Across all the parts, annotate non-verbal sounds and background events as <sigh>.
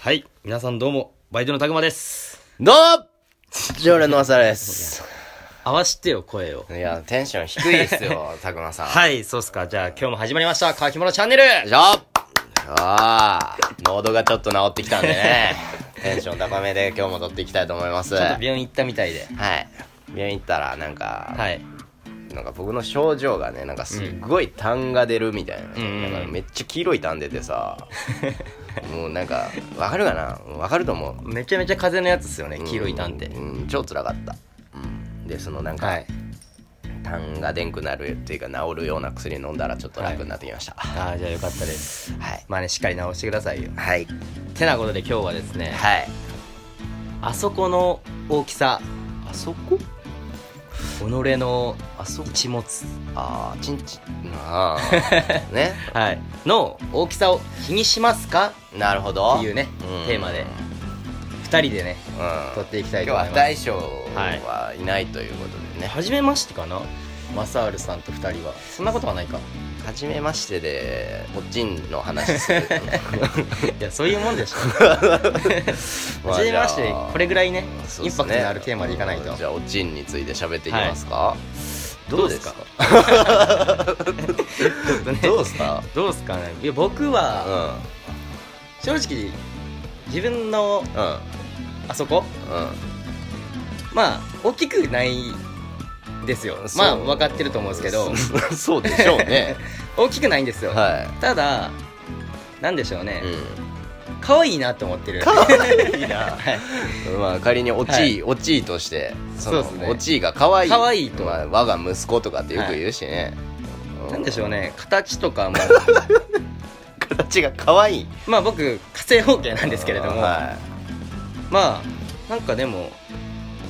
はい。皆さんどうも、バイトのたくまです。どうも常連の朝です。合わしてよ、声をい。や、テンション低いですよ、 <laughs> たくまさん。い。はい、そうっすか。じゃあ今日も始まりました。乾き物チャンネルよいしょああ、喉がちょっと治ってきたん <laughs> でね。テンション高めで今日も撮っていきたいと思います。ちょっとはい。病院行ったみたいで。病院行ったら、なんか、はい。なんか僕の症状がね、なんかすっごい痰が出るみたいな、んうんうんなんかめっちゃ黄色い痰出 <laughs> てさ、もうなんか、わかるかなわかると思う。めちゃめちゃ風邪のやつっすよね、黄色いタンって。うん、うん超辛かった。うんで、そのなんか、はい。痰がでんくなるっていうか治るような薬飲んだらちょっと楽になってきましたはああ、じゃあよかったです。いまあね、しっかり直してくださいよ。はいてなことで今日はですね、はいあそこの大きさ。あそこ己の、あそこ一物。ああちんちんああ <laughs> ねはい。の大きさを気にしますかなるほどっていうねんテーマでうん二人でね、撮今っていきたい日と思いまはす。大将はいないということでね、初めましてかなマサールさんと2人はそんなことは <laughs> ないかはじめましてでおちんの話する <laughs> いやそういうもん <laughs> でしょまあ初めましてじゃあこれぐらいねそうイっンすパクトのあるテーマでいかないとじゃあおちんについて喋っていきますか、どどううでですすかちょっか <laughs> とねどうですかどうすかねいや僕 <laughs> うはん正直自分のうんあそこまあ大きくないですようんまあ分かってると思うんですけど <laughs> そうでしょうね <laughs> 大きくないんですよはいただなんでしょうねう可愛いなと思ってる可愛 <laughs> いなん、まあ仮におちい、はいおちいとしてのそうっすねおちいが可愛い可愛いとまあ、我が息子とかってよく言うしね、うなんでしょうね形とかも <laughs> 形が可愛いまあ僕火星方形なんですけれども、はまあなんかでも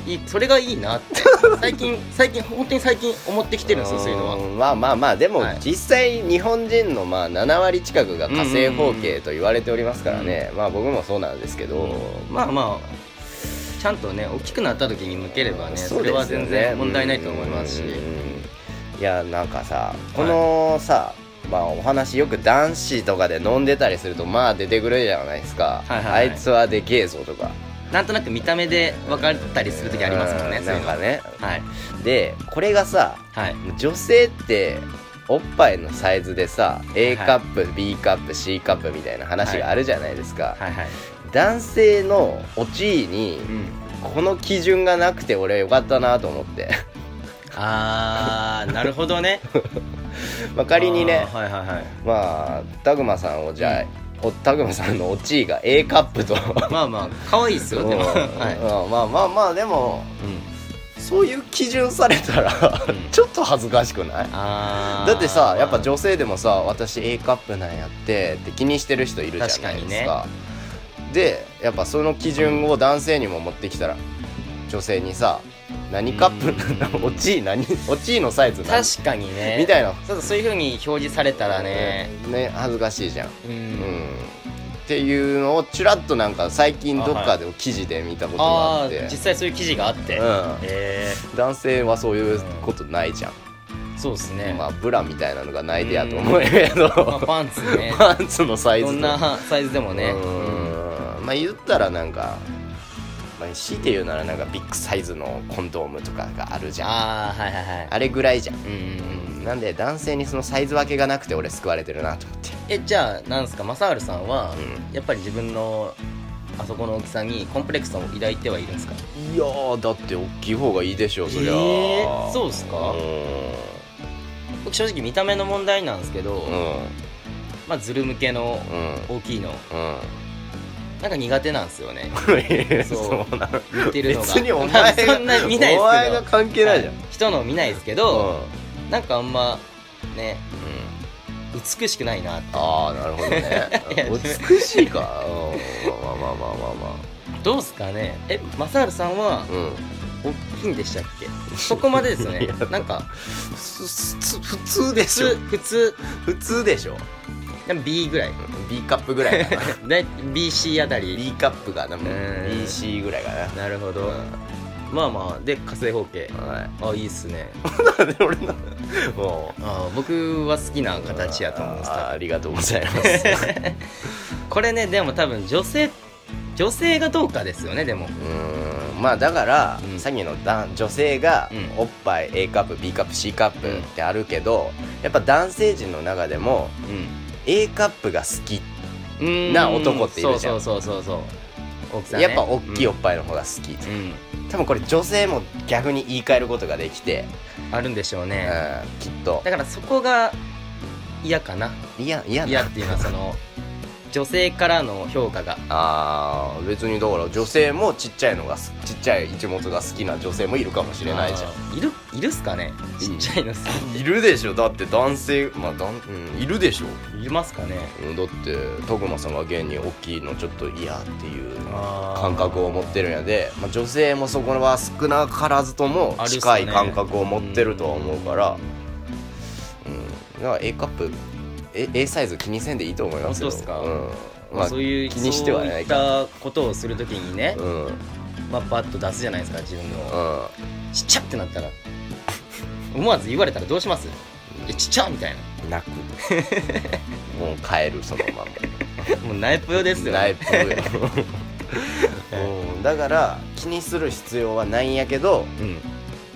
いいそれがいいなって <laughs> 最近最近本当に最近思ってきい、てるんですよそういうのはんまあまあまあでもはい実際日本人のまあ7割近くが火星方形と言われておりますからね、まあ僕もそうなんですけど、まあまあちゃんとね大きくなった時に向ければねそれはですよ全ね然問題ないと思いますしうんうんうんいやなんかさこのさ、まあお話よく男子とかで飲んでたりするとまあ出てくるじゃないですか、はいはいはいあいつはでけえぞとかなんとなく見た目で分かったりする時ありますもんねうんそううないんのかはねはいでこれがさはい女性っておっぱいのサイズでさ A カップ、B カップ C カップみたいな話があるじゃないですか、はいはい男性のおちいにうんこの基準がなくて俺はよかったなと思って <laughs> あ <laughs> ーなるほどねまあ <laughs> 仮にねあーはいはいはいまあタグマさんをじゃあうん、おタグマさんのおちいが A カップとまあまあ可愛いっすよでも <laughs> はい、うんまあまあまあでもうん、そういう基準されたら <laughs> うんちょっと恥ずかしくないあーだってさやっぱ女性でもさ私 A カップなんやってって気にしてる人いるじゃないです確かでやっぱその基準を男性にも持ってきたら女性にさ何カッうんプおちい何おちいのサイズ何確かにねみたいなそうそういうふうに表示されたらねね恥ずかしいじゃんうん、うんっていうのをちらっとなんか最近どっかで記事で見たことがあああって、実際そういう記事があって、うえん、男性はそういうことないじゃん、ー、そうですね、ままあブラみたいなのがないでやと思うけど、あ、パンツ <laughs> ねパンツのサイズどんなサイズでもねううんんまあ言ったらなんか、まあ、強いて言うならなんかビッグサイズのコンドームとかがあるじゃんあああはいはいはいれぐらいじゃん、うんうんうんなんで男性にそのサイズ分けがなくて俺救われてるなと思ってえじゃあなんすかマサールさんは、うやっぱり自分のあそこの大きさにコンプレックスを抱いてはいるんですかいやーだって大きい方がいいでしょそりゃ、えーそうっすかう僕正直見た目の問題なんですけど、んうんまあズル向けのうん大きいのうんなんか苦手なんですよね <laughs> そうなの見てるのが別にお前まあそんなが見ないですけどお前が関係ないじゃん、はい人の見ないですけど、なんかあんまねうんうん美しくないなってああなるほどいや <laughs> ね美しいかうんまあまあまあまあまあまどうすかねえマサールさんはあうん大きいんでしたっけそこまでです <laughs> よねなんかすす普通で普しょ通普通普通でしょでも B ぐらい B カップぐ <laughs> らいかなだい BC あたり B カップがなもううん BC ぐらいかななるほど、うまあまあで火星方形んはい <laughs> あいいっすねなんで俺のもうあ僕は好きな形やと思うんです <laughs> あーありがとうございますこれねでも多分女性女性がどうかですよねでもうーんまあだから、うんさっきの男女性がうんおっぱい A カップ B カップ C カップうんってあるけど、やっぱ男性陣の中でもうん A カップが好き、うーんな男っているじゃんそうそうそうそうそう大きさねやっぱ大きいおっぱいの方が好き、うん、うん多分これ女性も逆に言い換えることができて、あるんでしょううね、ん、きっとだからそこが嫌かな嫌嫌嫌なっていうのはその女性からの評価が <laughs> あー別にだから女性もちっちゃいのがすちっちゃい一物が好きな女性もいるかもしれないじゃんんいるいるっすかねちっちゃいの好いるでしょだって男性まあだん、うん、いるでしょきいますかねうんだって徳間さんが現に大きいのちょっと嫌っていうあー感覚を持ってるんやで、まあ、女性もそこは少なからずともあるっすね近い感覚を持ってるとは思うからうん、だから A カップ A, A サイズ気にせんでいいと思います本よ当っすかうんままあ、あ、そういう気にしてはないかそういったことをするときにね、うんうんまあ、バッと出すじゃないですか自分のちっちゃってなったら思わず言われたらどうしますえちっちゃみたい泣くもう帰るそのままなもうナイプですよナイププ <laughs> ようんだから気にする必要はないんやけどうん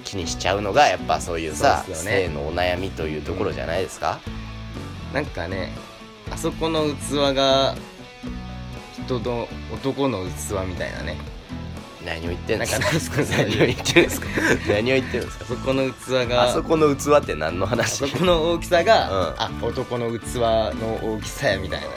気にしちゃうのがやっぱそういうさそうっすよね性のお悩みというところじゃないですか、なんかねあそこの器が人の男の器みたいなね何を言ってんなでんかすなかんですか <laughs> 何を言ってんですか何を言ってんですあかそこの器があそこの器って何のあ話そこの大きさが、うんあ男の器の大きさやみたいなね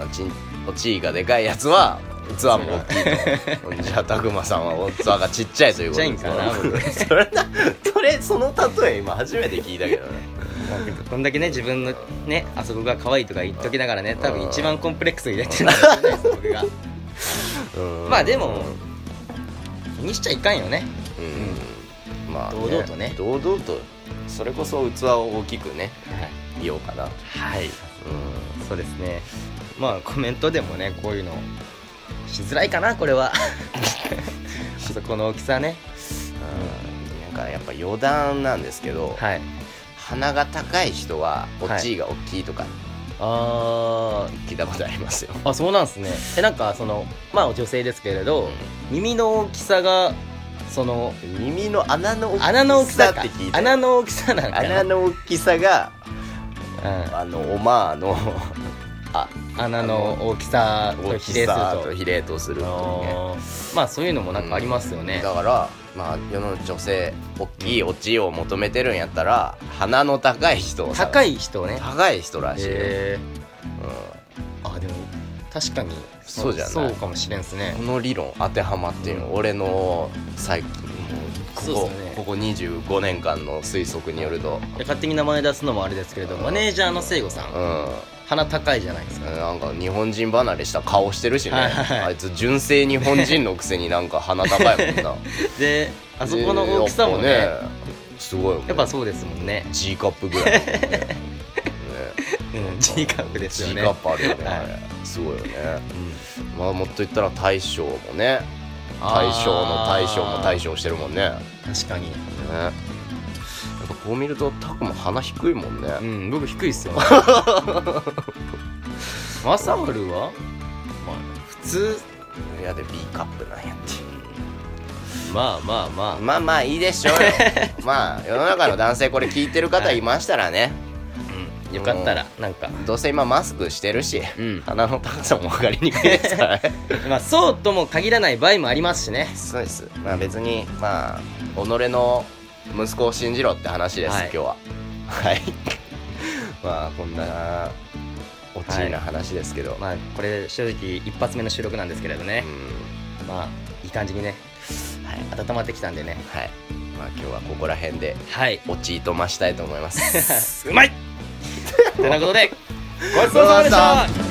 あーちんおちいがでかいやつは器も大きいとじゃあ拓磨さんはお器がちっちゃいということですちっちゃいんかな僕それな <laughs> それその例え今初めて聞いたけどねこんだけね自分のねあそこが可愛いとか言っときながらね多分一番コンプレックス入れてるんだと思 <laughs> うんです僕がうんまあでも気にしちゃいかんよねうんまあ、堂々とね堂々とそれこそ器を大きくねいようかなとはい、はい、うそうですねまあコメントでもねこういうのしづらいかなこれ <laughs> はあそこの大きさねんなんかやっぱ余談なんですけど、はい鼻が高い人はおちいが大きいとかあ聞いたことありますよ、ーあそうなんですねえなんかそのまあ女性ですけれど、耳の大きさがその耳の穴の大きさ穴の大きさっかて聞いた穴の大きさなんかな穴の大きさがうあのオマー <laughs> のあん、穴の大きさと大比例きするさとと比例とするというねあーまあそういうのもなんかありますよね、だから、まあ、世の女性大きいオチを求めてるんやったら鼻の高い人を高いい人ね高い人らしいよ、へうーあでも確かにそうじゃないそうかもしれんですねんこの理論当てはまってるの、俺の最近もうこそうこっすよねここ25年間の推測によるとで勝手に名前出すのもあれですけれどうんマネージャーの聖子さうんん鼻高いじゃないですかなんか日本人離れした顔してるしね、はいはいあいつ純正日本人のくせになんか鼻高いもんなで <laughs> あそこの大きさもねでやっぱすごいもんやっぱそうですもんね、 G カップぐらいのねね <laughs> うん、G カップですよね G カップあるよね、はいあれすごいよねうんまあもっと言ったら大将もね大将も大将も大将してるもんねねあー確かになんかこう見るとタコも鼻低いもんねうん僕低いっす <laughs> よマサオルは、まあ、普通いやで B カップなんやってまあまあままあまあいいでしょうよ <laughs> まあ世の中の男性これ聞いてる方いましたらねあ、うん、よかったらなんかどうせ今マスクしてるしうん鼻の高さも分かりにくいですからねまあそうとも限らない場合もありますしね <laughs> そうですまあ別にまあ己の息子を信じろって話です、はい今日ははいまあこんなおちいな話ですけど、まあこれ正直一発目の収録なんですけれどね、うまあいい感じにねんはい温まってきたんでねはいまあ今日はここら辺で <laughs> はい落ち <laughs> とましたいと思いますうまいということでごちそうさまでしごちそうさまたで